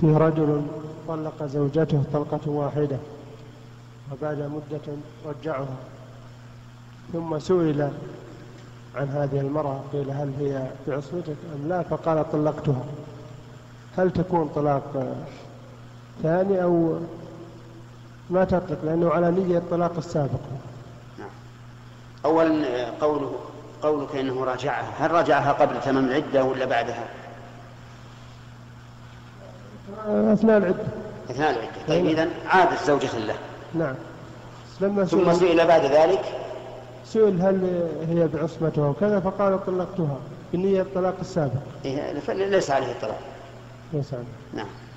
فيه رجل طلق زوجته طلقة واحدة وبعد مدة رجعها ثم سئل عن هذه المرأة قيل هل هي بعصمتك أم لا فقال طلقتها هل تكون طلاق ثاني أو ما تطلق لأنه على نية الطلاق السابق نعم. أولا آه، قوله قولك إنه راجعها هل راجعها قبل تمام العدة ولا بعدها أثناء العدة أثناء العدة طيب إذا عادت زوجة له نعم لما ثم سئل, سئل بعد ذلك سئل هل هي بعصمته وكذا فقال طلقتها بنية الطلاق السابق إيه، فليس عليه الطلاق يسأل نعم